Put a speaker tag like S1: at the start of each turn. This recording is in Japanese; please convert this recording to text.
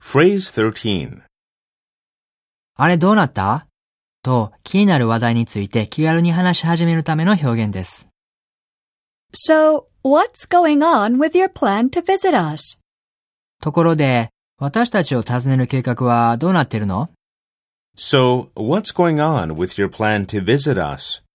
S1: Phrase 13.
S2: あれどうなったと気になる話題について気軽に話し始めるための表現です。
S3: So, what's going on with your plan to visit us?
S2: ところで、私たちを訪ねる計画はどうなってるの
S1: So, what's going on with your plan to visit us?